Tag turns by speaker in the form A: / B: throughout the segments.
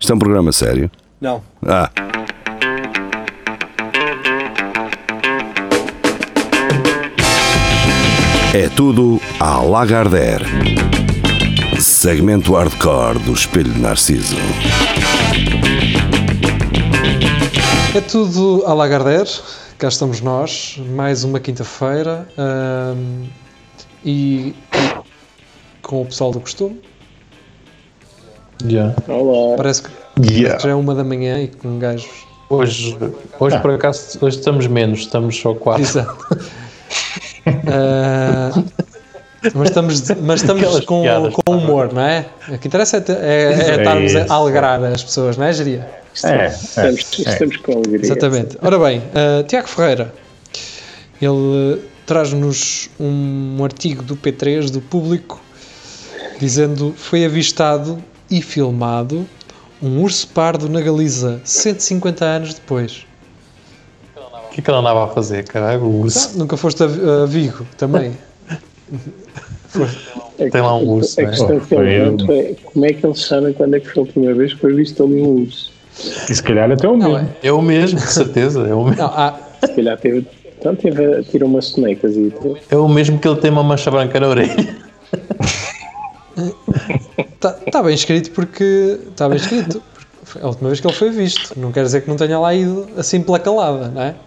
A: Isto é um programa sério.
B: Não.
A: Ah, é tudo à Lagardère. Segmento hardcore do Espelho de Narciso.
B: É tudo à Lagardère, cá estamos nós, mais uma quinta-feira ahm, e com o pessoal do costume.
C: Yeah.
D: Olá.
B: Parece que já é uma da manhã e com gajos.
C: Hoje, hoje por acaso, hoje estamos menos, estamos só quatro.
B: Exato. Ah, mas estamos, mas
C: Aquelas
B: estamos com,
C: piadas,
B: com humor, não é? O que interessa é, te- é- é
E: É
B: estarmos
E: isso.
B: a alegrar as pessoas, não é, Geria?
E: É, é,
D: Estamos, estamos com alegria.
B: Exatamente. Ora bem, ah, Tiago Ferreira, ele eh, traz-nos um artigo do P3, do público, dizendo foi avistado e filmado um urso pardo na Galiza 150 anos depois.
C: O que é que ele andava a fazer, caralho? O
B: Ah,
C: urso.
B: nunca foste a, Vi- a Vigo também?
D: É que-
C: Tem lá um urso,
D: A
C: né?
D: questão que eu
E: Foi
D: levanto é como é que eles sabem quando é que foi a primeira vez que foi visto ali um urso?
E: E se calhar até o
B: Não
E: mesmo.
B: é?
C: É o mesmo, de certeza. É o, me-
B: Não, ah, há,
D: Se calhar teve. Então teve a tirar umas sonecas e.
C: é o mesmo que ele tem uma mancha branca na orelha.
B: Está tá, bem escrito porque. Está bem escrito. porque foi A última vez que ele foi visto. Não quer dizer que não tenha lá ido assim pela calada, não é?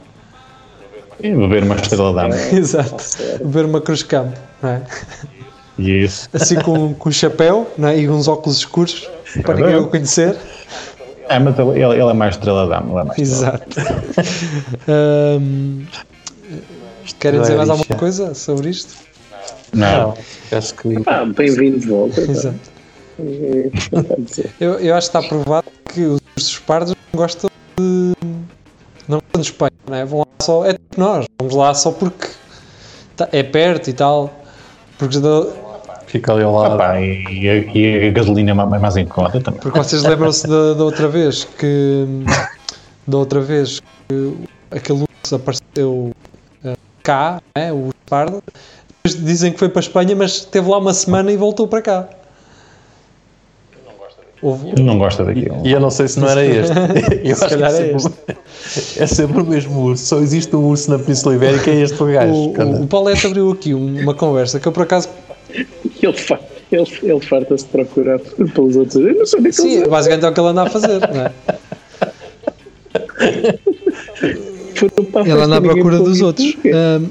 E: E beber uma estrela d'água.
B: Exato. Beber uma cruz de campo, não é?
E: E é isso.
B: Assim com, com um chapéu não é? e uns óculos escuros para ninguém o conhecer.
E: É, mas ele, ele ele é mais estrela d'água, ele é mais.
B: Exato. Hum, querem dizer mais alguma
C: Larixa.
B: coisa sobre isto?
E: Não.
C: Não, acho que.
D: Ah, bem-vindo de volta. pá.
B: Exato.
D: É, não está a dizer.
B: Eu, eu acho que está provado que os ursos pardos não gostam de. não gostam de Espanha, não é? Vão lá só. É tipo nós, vamos lá só porque tá- é perto e tal. Porque, da-
C: Fica ali ao lado.
E: Pá, e, e a- e a gasolina é ma- mais em conta também.
B: porque vocês lembram-se da, da outra vez que. da outra vez que aquele urso apareceu eh, cá, não é? O urso pardo. Depois dizem que foi para a Espanha, mas esteve lá uma semana e voltou para cá. Houve,
E: Não gosta daquilo.
C: E eu não sei se não era este. Eu acho
B: calhar
C: que
B: é
C: é sempre, é sempre o mesmo urso. Só existe um urso na Península Ibérica e é este gajo.
B: o, o, o Paulette abriu aqui um, uma conversa que eu por acaso
D: Ele, fa- ele, ele farta-se de procurar por- pelos outros. Eu não sei onde é que
B: Sim,
D: eles
B: basicamente é o que ele anda a fazer, não é?
D: foram para a
B: Ele
D: festa,
B: anda à
D: ninguém
B: procura
D: foi
B: dos
D: visto.
B: outros. Ahm,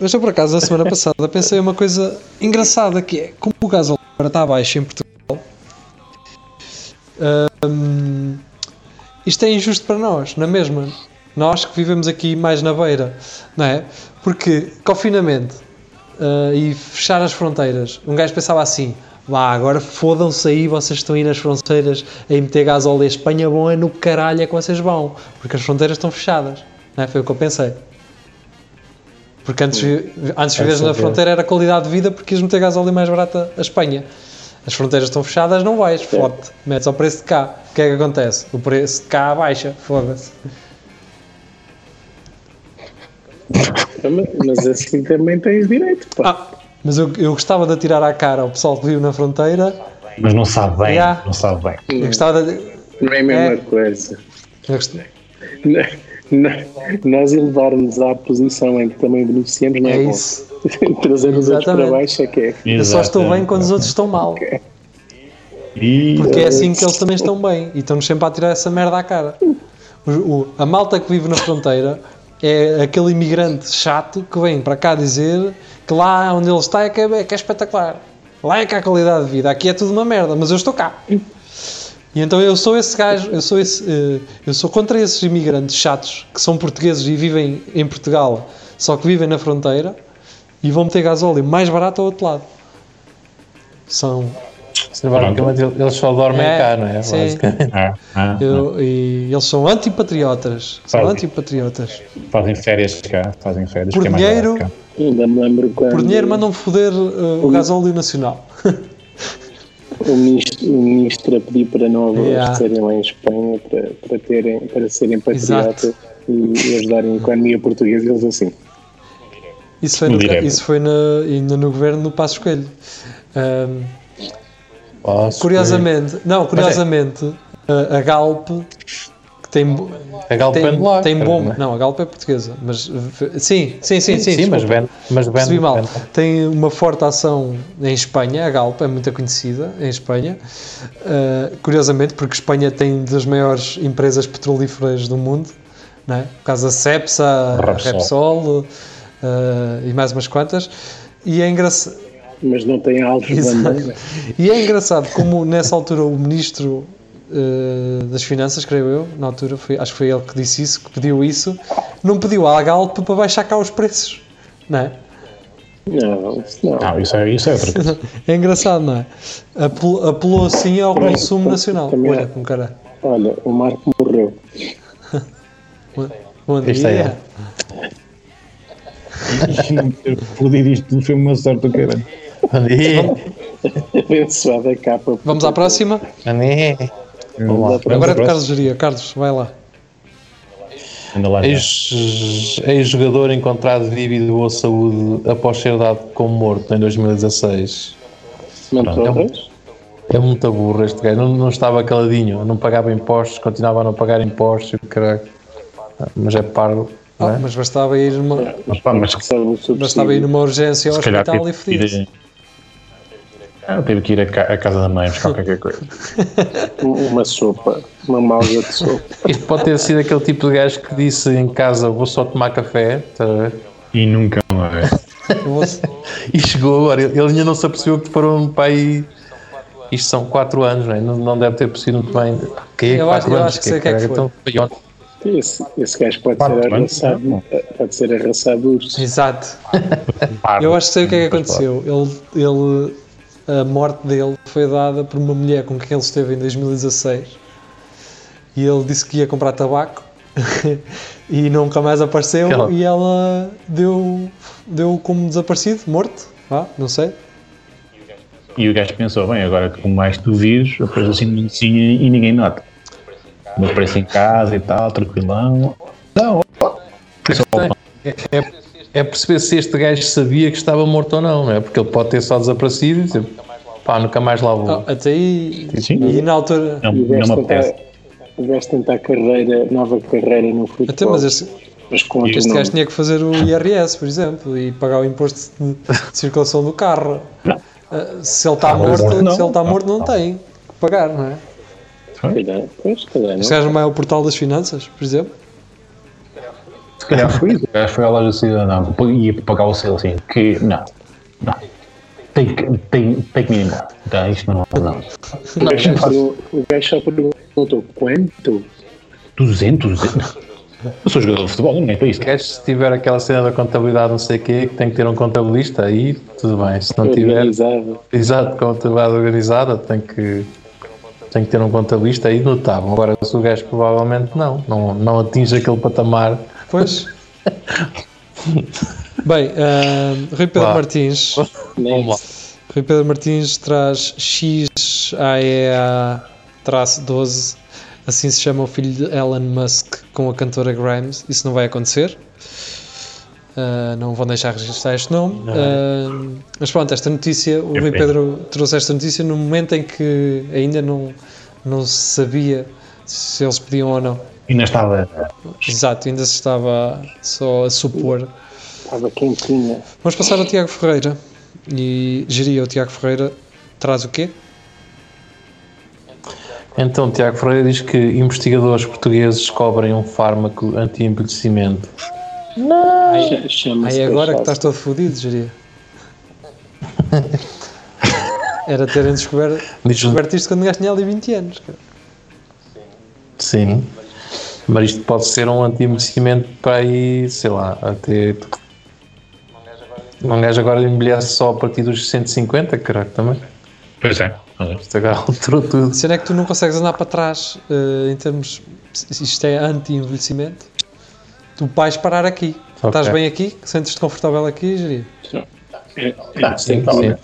B: mas eu, por acaso, na semana passada pensei uma coisa engraçada que é como o gasóleo agora está abaixo em Portugal, ahm, isto é injusto para nós, na mesma. Nós que vivemos aqui mais na beira, não é? Porque confinamento ah, e fechar as fronteiras, um gajo pensava assim. Vá, agora fodam-se aí, vocês estão aí nas fronteiras a meter gasóleo. A Espanha bom é no caralho é que vocês vão, porque as fronteiras estão fechadas. Não é? Foi o que eu pensei. Porque antes, vi- antes viveres na fronteira era qualidade de vida porque ias meter gasóleo mais barata a Espanha. As fronteiras estão fechadas, não vais, fode Metes ao preço de cá. O que é que acontece? O preço de cá baixa, foda-se.
D: Ah, mas- Mas assim também tens direito, pá.
B: Ah, mas eu, eu gostava de atirar à cara ao pessoal que vive na fronteira.
E: Mas não sabe bem.
B: Yeah.
E: Não sabe bem.
B: Eu gostava de.
D: Não é a mesma
B: é.
D: coisa.
B: eu gost-
D: Não- nós elevarmos à posição em que também beneficiamos não é,
B: É
D: bom.
B: isso.
D: Trazer os outros para
B: Exatamente.
D: baixo é que é.
B: Eu só estou
E: Exato.
B: bem quando os outros estão mal.
E: E,
B: Porque é assim que eles também estão bem e estão-nos sempre a tirar essa merda à cara. O- o- a malta que vive na fronteira é aquele imigrante chato que vem para cá dizer que lá onde ele está é que é, é que é espetacular. Lá é que há qualidade de vida, aqui é tudo uma merda, mas eu estou cá. E então eu sou esse gajo, eu sou esse, eh, eu sou contra esses imigrantes chatos que são portugueses e vivem em Portugal, só que vivem na fronteira e vão meter gasóleo mais barato ao outro lado. São
C: Basicamente, Eles só dormem
B: É,
C: cá, não é?
B: sim.
C: Basicamente.
E: Ah, ah,
B: Eu- e eles são antipatriotas. São
E: Fazem.
B: antipatriotas.
E: Fazem férias cá. Fazem férias
B: Por
E: que é mais
B: dinheiro-
E: barato
D: Ainda me lembro quando
B: Por dinheiro mandam foder
C: Uhum.
B: uh, o gasóleo nacional.
D: o, ministro, o ministro a pedir para não avós
B: Yeah.
D: serem lá em Espanha para, para, terem, para serem patriotas
B: Exato.
D: e, e ajudarem a economia portuguesa. Eles assim,
B: Isso foi, no,
E: Direto.
B: isso foi na- ainda no governo do Passo Coelho. Ehm, Ahm,
C: Posso-
B: curiosamente, não, curiosamente, a, a Galp, que tem, bo-
C: A Galp
B: tem,
C: vende É lá.
B: tem
C: cara,
B: bom.
C: não é?
B: Não, a Galp é portuguesa, mas v- sim, sim, sim, sim.
C: Sim,
B: desculpa.
C: mas vende. Mas vende
B: Percebi mal.
C: vende.
B: Tem uma forte ação em Espanha, a Galp é muito conhecida em Espanha. Uh, curiosamente, porque Espanha tem das maiores empresas petrolíferas do mundo, não é? por causa da Cepsa, a
E: Repsol.
B: Repsol uh, e mais umas quantas. E é, engraçado,
D: mas não tem alvos
B: Exato.
D: bandeira.
B: e é engraçado como nessa altura o ministro eh, das Finanças, creio eu, na altura, foi- acho que foi ele que disse isso, que pediu isso, não pediu à Galp para baixar cá os preços, não é?
D: Não, isso não.
E: Não, isso é, isso é outra coisa.
B: É engraçado, não é? Apel- apelou assim ao consumo nacional.
D: também
B: Olha,
D: é.
B: como cara.
D: Olha, o Marco morreu.
B: Bom dia.
C: Isto é ele.
E: Não ter Explodido isto foi uma sorte né? do caralho.
C: Andi,
D: Abençoada a capa.
B: Vamos à próxima?
C: Andi.
E: Vamos lá,
B: Agora é
E: vamos
B: do
E: ao
B: Carlos Geria. Carlos, vai lá.
E: próximo. Anda lá,
B: É.
E: já.
C: Ex- Ex-jogador encontrado vívido ou saúde após ser dado como morto em 2016.
D: Mantorras?
C: É muito burro este gajo. Não, não estava caladinho, não pagava impostos, continuava a não pagar impostos. e o Caralho. Mas é parvo.
B: Ah,
C: não é?
B: mas bastava ir numa,
E: Mas pá, mas
D: Sabe o
B: bastava ir
D: subsídio?
B: numa urgência ao
E: se calhar
B: hospital
E: teve
B: e
E: que ir.
B: fodia-se.
E: a- Ah, teve que ir a ca- à casa da mãe buscar qualquer coisa.
D: Um- Uma sopa. Uma malga de sopa.
C: Isto pode ter sido aquele tipo de gajo que disse em casa: Vou só tomar café. estás a ver?
E: E nunca mais.
B: Eu vou-
C: E chegou agora. Ele ele ainda não se apercebeu que foram para aí. Isto são 4 anos, não, é? não, não deve ter percebido muito bem. O quê?
B: Eu acho-
C: Quatro
B: eu
C: anos?
B: acho que sei o que é que
C: caralho?
B: foi.
C: Então, foi ontem.
D: Esse, esse gajo pode
E: Quatro
D: ser
E: anos,
D: arraçado. Pode ser arraçado urso.
B: Exato.
E: Ah,
B: Eu acho que sei o que é que aconteceu. Ele, ele- a morte dele foi dada por uma mulher com quem ele esteve em 2016 e ele disse que ia comprar tabaco e nunca mais apareceu
C: Ela-
B: e ela deu, deu como desaparecido, morto, vá, não sei.
E: E o gajo pensou, bem, agora que como mais tu vires, eu apareço assim no vizinho e ninguém nota. Eu apareço em casa e tal, tranquilão. Não,
C: É perceber se este gajo sabia que estava morto ou não, não é? Porque ele pode ter só desaparecido e dizer, pá, nunca mais lá vou.
B: Ah, até aí.
E: Hum. Sim.
B: E na altura.
E: não,
D: O
E: não
D: gajo
E: me apetece.
D: tentar- o gajo tentar carreira, nova carreira no futebol.
B: Até, mas este,
D: mas com outro
B: este
D: nome.
B: gajo tinha que fazer o IRS, por exemplo, e pagar o imposto de, de circulação do carro. Ah, se ele está
E: mas
B: morto,
E: não.
B: se ele está morto, não tem que pagar, não é?
D: Calhar, pois, calhar,
B: Este
D: é, não.
B: gajo não vai ao portal das finanças, por exemplo.
E: Se calhar foi isso. O gajo foi à loja de cidadão pô, e ia pagar o selo assim. Que não, não. Tem que, tem, tem que me ir embora. Tá, isto não, não.
D: O gajo só perguntou- é o gajo só perguntou quanto?
E: 200? Eu sou jogador de futebol, não é para isso.
C: O gajo, se tiver aquela cena da contabilidade, não sei o quê, que tem que ter um contabilista, aí tudo bem. Se não tiver,
D: Organizado.
C: exato, contabilidade organizada, tem que, tem que ter um contabilista, aí notável. Agora, se o gajo provavelmente não, não, não atinge aquele patamar.
B: Pois. Bem, ah, Rui Pedro
C: Vá.
B: Martins.
D: né?
C: Vamos lá.
B: Rui Pedro Martins traz XAEA-12. Assim se chama o filho de Elon Musk com a cantora Grimes. Isso não vai acontecer. Ah, não vão deixar registrar este nome. Ah, mas pronto, esta notícia, o Rui
E: pena.
B: Pedro trouxe esta notícia no momento em que ainda não, não se sabia se eles pediam ou não.
E: Ainda estava.
B: Exato, ainda se estava só a supor.
D: Estava quentinha.
B: Vamos passar ao Tiago Ferreira. E geria o Tiago Ferreira. Traz o quê?
C: Então, Tiago Ferreira diz que investigadores portugueses descobrem um fármaco anti-envelhecimento.
D: Ch- Chama-se
B: Aí é agora que estás
D: cachaça.
B: todo fodido, geria. Era terem descoberto,
C: Diz o
B: descoberto isto quando o gajo tinha ali 20 anos. cara.
C: Sim. Mas isto pode ser um anti-envelhecimento para aí, sei lá, até. Um gajo agora envelhece só a partir dos 150, caralho, também.
E: Pois é.
C: Isto agora alterou tudo.
B: A cena é que tu não consegues andar para trás eh, em termos. Isto é anti-envelhecimento. Tu vais parar aqui.
C: Ok.
B: Estás bem aqui? Sentes-te confortável aqui, geria?
E: Ah, sim,
B: tá-
C: Sim.
D: An-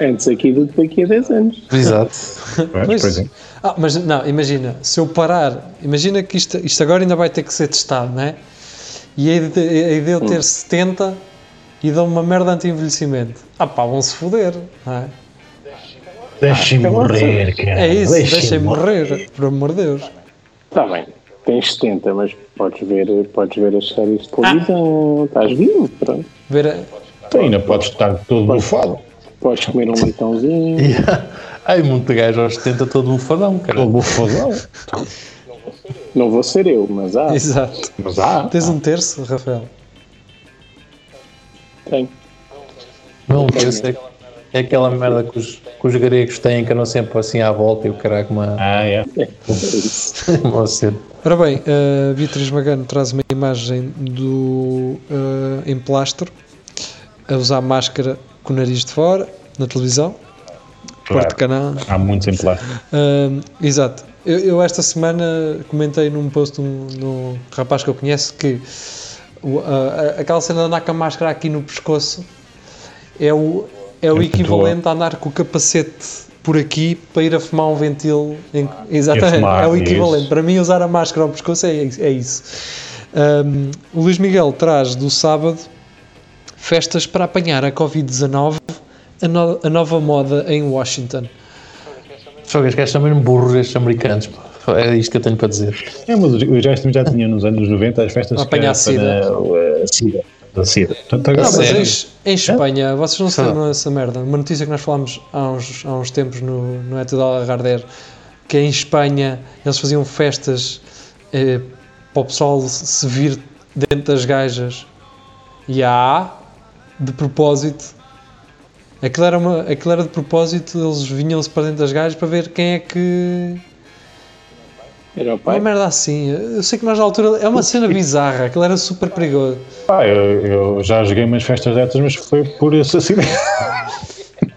D: Antes aqui do que daqui a 10 anos.
C: Exato.
E: Pois, pois é.
B: Ah, mas não, imagina, se eu parar, imagina que isto, isto agora ainda vai ter que ser testado, não é? E aí de, aí de eu ter 70 e dou-me uma merda anti-envelhecimento. Ah pá, vão-se foder, não é?
E: Deixem-me morrer, cara.
B: É isso,
E: Deixem-me
B: deixem-me morrer, por amor de Deus.
D: Está Tá bem. Tens 70, mas podes ver, podes ver as séries de
B: Ah.
D: televisão. Estás vivo, pronto.
B: Ver a-
E: Tu ainda podes estar todo bufado.
D: Podes comer um leitãozinho.
C: Ai, muito gajo aos 70 todo bufadão, cara.
E: Todo bufadão.
D: Não vou ser eu, mas
B: Ah.
D: ah, há.
B: Exato.
E: Mas há.
B: Tens um terço, Rafael?
D: Tenho.
C: Não, eu sei. É aquela merda que os, que os gregos têm que andam sempre assim à volta e o caralho uma,
E: Ah, é.
D: É isso.
C: uma cedo.
B: Ora bem, a Beatriz Magano traz uma imagem do eh, em plastro a usar máscara com o nariz de fora na televisão, Porto Canal.
E: Há muitos em plástico.
B: Ahm, exato. Eu, eu esta semana comentei num post de um, de um rapaz que eu conheço que o- a- a- aquela cena de andar com a máscara aqui no pescoço é o, é o
E: É
B: equivalente a andar com o capacete por aqui para ir a fumar um ventil. em-
E: E
B: exatamente,
E: a fumar,
B: é o equivalente.
E: isso.
B: Para mim, usar a máscara ao pescoço é, é isso. Ahm, o Luís Miguel traz do sábado festas para apanhar a Covid-19, a, no- a nova moda em Washington.
C: Só que os gajos são mesmo burros, estes americanos. pá. É isto que eu tenho para dizer.
E: É, mas os gastos já tinham nos anos 90 as festas
B: Para apanhar
E: que era para a sida. Da sida. Portanto,
B: Ah,
E: agora
B: mas
C: sério?
B: em, em Espanha, vocês não se
C: Sei lá.
B: lembram dessa merda? Uma notícia que nós falámos há uns, há uns tempos no, no Eto da Lagarder, que em Espanha eles faziam festas eh, para o pessoal se se vir dentro das gajas e há de propósito. Aquilo era, uma, aquilo era de propósito, eles vinham-se para dentro das gajas para ver quem é que.
D: Era o
B: Uma
D: pai.
B: merda assim. Eu sei que nós na altura. É uma cena bizarra, aquilo era super perigoso.
E: pá, Ah, eu, eu já joguei umas festas dessas, mas foi por esse acidente.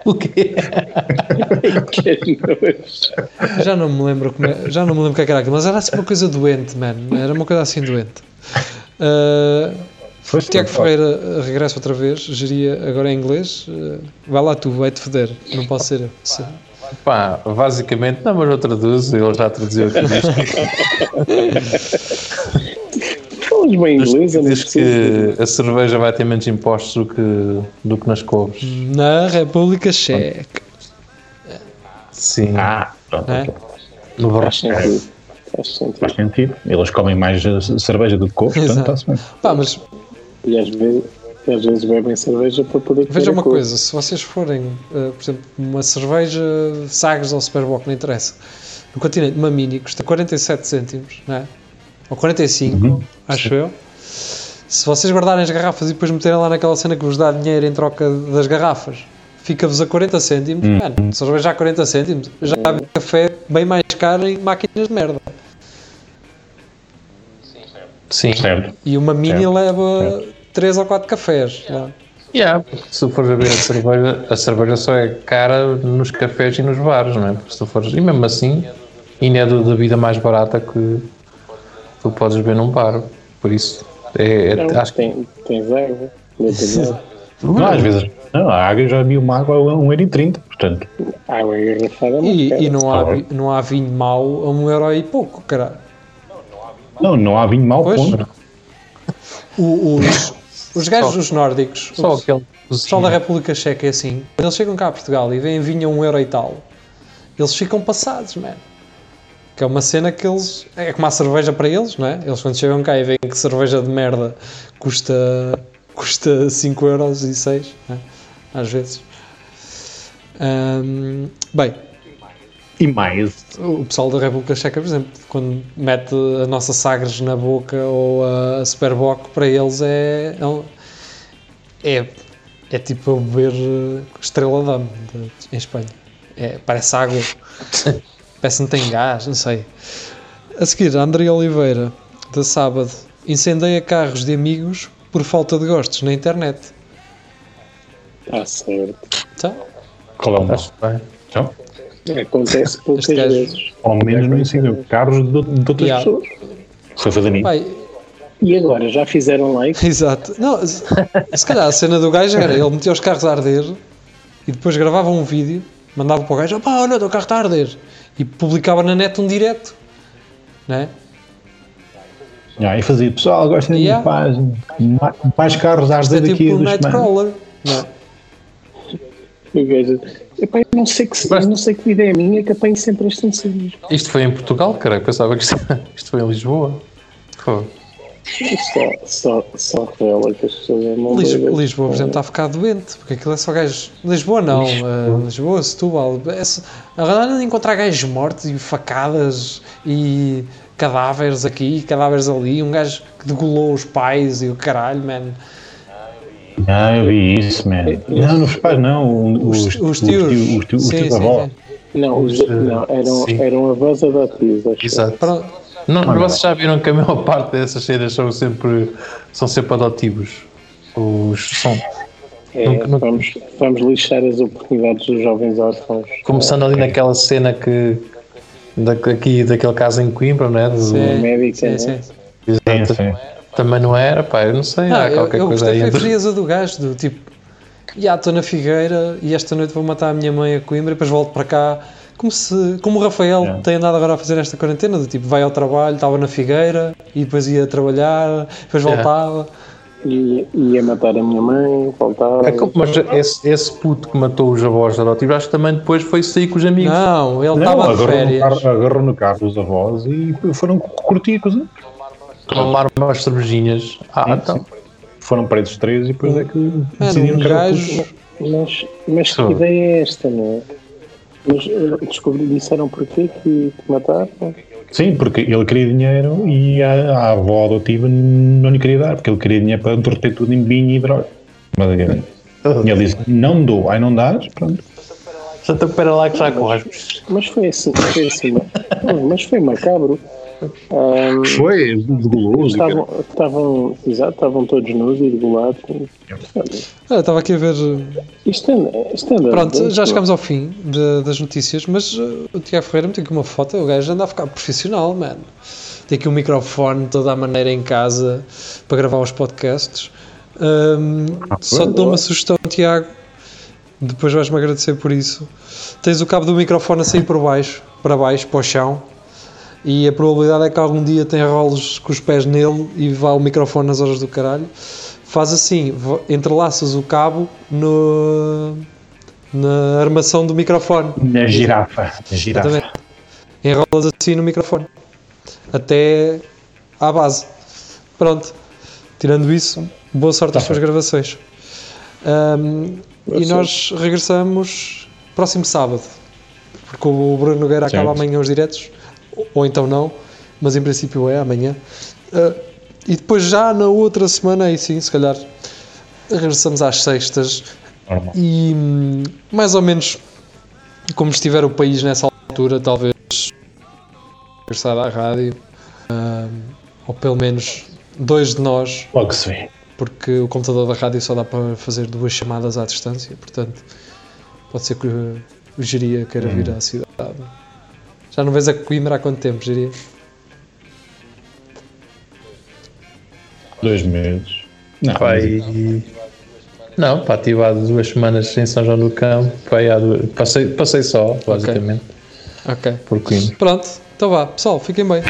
C: O quê?
D: Que nojo.
B: Já não me lembro como é- já não me lembro o que é que era aquilo, mas era assim uma coisa doente, mano. Era uma coisa assim doente. Ah,
E: Foi
B: Tiago Ferreira ah, regressa outra vez, geria agora em inglês. Ah, vai lá tu, vai-te foder. Não posso ser eu. Sim.
C: Pá, basicamente, não, mas eu traduzo, ele já traduziu aqui isto.
D: Falas bem inglês, eu não
C: Diz
D: preciso.
C: que a cerveja vai ter menos impostos do que, do que nas couves.
B: Na República Checa.
C: Sim,
E: Ah, pronto.
B: É?
E: ok.
C: no
D: Faz sentido. Faz sentido.
E: Faz sentido. Eles comem mais eh, cerveja do que couve, portanto
B: Exato.
E: está-se bem.
B: Pá, mas
D: E às vezes, e às vezes bebem cerveja para poder comer
B: Veja
D: a
B: uma
D: couve.
B: coisa, se vocês forem, eh, por exemplo, uma cerveja Sagres ou Superboc, não interessa, no continente, uma mini, custa 47 cêntimos, não é? Ou 45,
E: Uhum.
B: acho eu. Se vocês guardarem as garrafas e depois meterem lá naquela cena que vos dá dinheiro em troca das garrafas, fica-vos a 40 cêntimos,
E: Uhum.
B: mano, cerveja a 40 cêntimos, já há café bem mais caro em máquinas de merda.
C: Sim.
E: Certo.
B: E uma mini
E: Certo,
B: leva 3 ou 4 cafés é? lá.
C: Yeah, porque se tu fores a ver a cerveja, a cerveja só é cara nos cafés e nos bares, não é? Porque se tu fores, e mesmo assim, ainda é da da vida mais barata que tu podes ver num bar. Por isso, é, é-
D: Não,
C: acho que
D: tem, tens água. Tens água.
E: Não, às vezes. Não, a água eu já vi uma água a 1,30€. Portanto,
D: água engarrafada é muito
B: E,
D: cara.
B: e não, há,
E: Claro.
B: vi- não há vinho mau a um euro e pouco, caralho.
E: não, não há vinho mau,
B: Pois.
E: ponto.
B: O- os, os gajos dos nórdicos,
C: só
B: o
C: aquele
B: pessoal da República Checa é assim, quando eles chegam cá a Portugal e veem vinho a um euro e tal, eles ficam passados, mano. Que é uma cena que eles. É como a cerveja para eles, não é? Eles quando chegam cá e veem que cerveja de merda custa, custa 5 euros e 6, não é? às vezes. Ahm, bem,
E: E mais.
B: o pessoal da República Checa, por exemplo, quando mete a nossa Sagres na boca ou a Superboc, para eles é. é um- É, é tipo eu beber eh, estrela dama em Espanha. É, parece água. parece que não tem gás, não sei. A seguir, André Oliveira, da sábado, incendeia carros de amigos por falta de gostos na internet.
D: Ah, certo.
B: Então,
E: Qual é o mal?
C: Acho bem.
E: Então,
D: Acontece poucas
B: Este gajo-
D: vezes.
E: ao menos não incendiou carros de, de outras
B: Yeah.
E: pessoas. Foi fazer nisso.
B: pai,
D: E agora? Já fizeram like?
B: Exato. Não, se se calhar a cena do gajo era, ele metia os carros a arder e depois gravava um vídeo, mandava para o gajo, opá, olha, o teu carro está a arder. E publicava na net um direto. Né?
E: Ah, e fazia, pessoal, gosta de
B: Yeah.
E: mais, mais carros a
B: Isto é
E: arder
B: tipo
E: aqui
B: um
E: dos manos.
B: Nightcrawler. Não.
D: O gajo Epá, eu não sei que, se- eu não sei que vida é a minha que apanho sempre este ansiedade.
C: Isto foi em Portugal, caralho. Pensava que isto, isto foi em Lisboa. Pô,
D: Só, só, só revela que as pessoas é amam
B: Lis-
D: doidas.
B: Lisboa, por exemplo, está a ficar doente, porque aquilo é só gajos. Lisboa não, eh, Lisboa, Setúbal. É só... A galera de encontrar gajos mortos e facadas e cadáveres aqui, cadáveres ali. Um gajo que degolou os pais e o caralho, man.
E: Ah, eu vi isso, man. Não, não os pais não. Os,
B: É, Os, os tios.
E: Os tios, os
B: Sim,
E: tios da
B: sim,
E: avó.
B: sim.
D: Não, os- não eram,
C: sim.
D: eram avós adotivos, acho que.
C: exato.
B: Pronto.
C: Não, vocês já viram que a maior parte dessas cenas são sempre, são sempre adotivos. Os, são,
D: É,
C: Nunca- nunca-
D: Vamos, vamos lixar as oportunidades dos jovens órfãos.
C: começando ali naquela cena que. Da, aqui, daquele caso em Coimbra, né? Do-
B: Sim,
D: médica,
B: sim,
D: né?
B: é, sim.
E: Sim, sim.
C: Também não era, pá, eu não sei.
B: Não,
C: há
B: eu,
C: Ah, qualquer
B: eu
C: coisa aí
B: gostei da
C: entre.
B: frieza do gajo, do tipo, já estou na Figueira e esta noite vou matar a minha mãe a Coimbra e depois volto para cá. Como, se, como o Rafael
E: É.
B: tem andado agora a fazer nesta quarentena, do tipo, vai ao trabalho, estava na Figueira e depois ia trabalhar, depois
C: É.
B: voltava.
D: E e ia matar a minha mãe, faltava.
C: É que- Mas esse, esse puto que matou os avós adotivos, acho que também depois foi sair com os amigos.
B: Não, ele
E: Não, um
B: estava de
E: agarrou no,
B: férias.
E: carro, agarrou no carro os avós e foram curtir com os outros.
C: Tomar umas cervejinhas. Ah, então.
E: Foram presos três e depois é que
B: Mano,
E: decidiram
B: Hum. um
E: que era
B: gajo.
D: Mas, mas que
C: Sim.
D: ideia é esta, não é? Mas eh, descobri, disseram porquê que que mataram?
E: Sim, porque ele queria dinheiro e a, a avó adotiva não lhe queria dar, porque ele queria dinheiro para derreter tudo em vinho e droga. Basicamente. E ele disse: Não dou, aí não dás, pronto.
C: Já estou para lá que já corres.
D: Mas foi assim, foi assim. Não, mas foi macabro. Ahm,
E: Foi, goloso.
D: estavam, estavam, exato, estavam todos nus e regulados.
B: Ah, eu estava aqui a ver.
D: Isto anda, isto é anda.
B: Pronto, já chegámos ao fim de- das notícias, mas uh, o Tiago Ferreira meteu aqui uma foto, o gajo anda a ficar profissional, mano. Tem aqui um microfone toda a maneira em casa para gravar os podcasts. Um, só te dou uma sugestão, Tiago. Depois vais-me agradecer por isso. Tens o cabo do microfone a sair por baixo, para baixo, para o chão. E a probabilidade é que algum dia tenha rolos com os pés nele e vá o microfone nas horas do caralho. Faz assim, vo- entrelaças o cabo no, na armação do microfone.
E: Na girafa. Na girafa.
B: Exatamente. Enrolas assim no microfone. Até à base. Pronto. Tirando isso, boa sorte
E: Tá
B: às suas gravações. Ahm, e nós regressamos próximo sábado. Porque o Bruno Nogueira acaba
E: Certo.
B: amanhã os diretos. Ou, ou então não. Mas em princípio é amanhã. Ah, e depois já na outra semana, aí sim, se calhar, regressamos às sextas.
E: Normal.
B: E hum, mais ou menos como estiver o país nessa altura, talvez regressar à rádio, ahm, ou pelo menos dois de nós,
E: Logo se vê.
B: porque o computador da rádio só dá para fazer duas chamadas à distância, portanto pode ser que o o Geria queira
C: Hum.
B: vir à cidade. Já não vês a Coimbra há quanto tempo, Geria?
E: Dois meses. Não,
C: Pai. Não, pá, estive há duas semanas em São João do Campo. Pai, há duas- passei, passei só, basicamente,
B: Ok.
C: por Coimbra.
B: Pronto, então vá, pessoal, fiquem bem.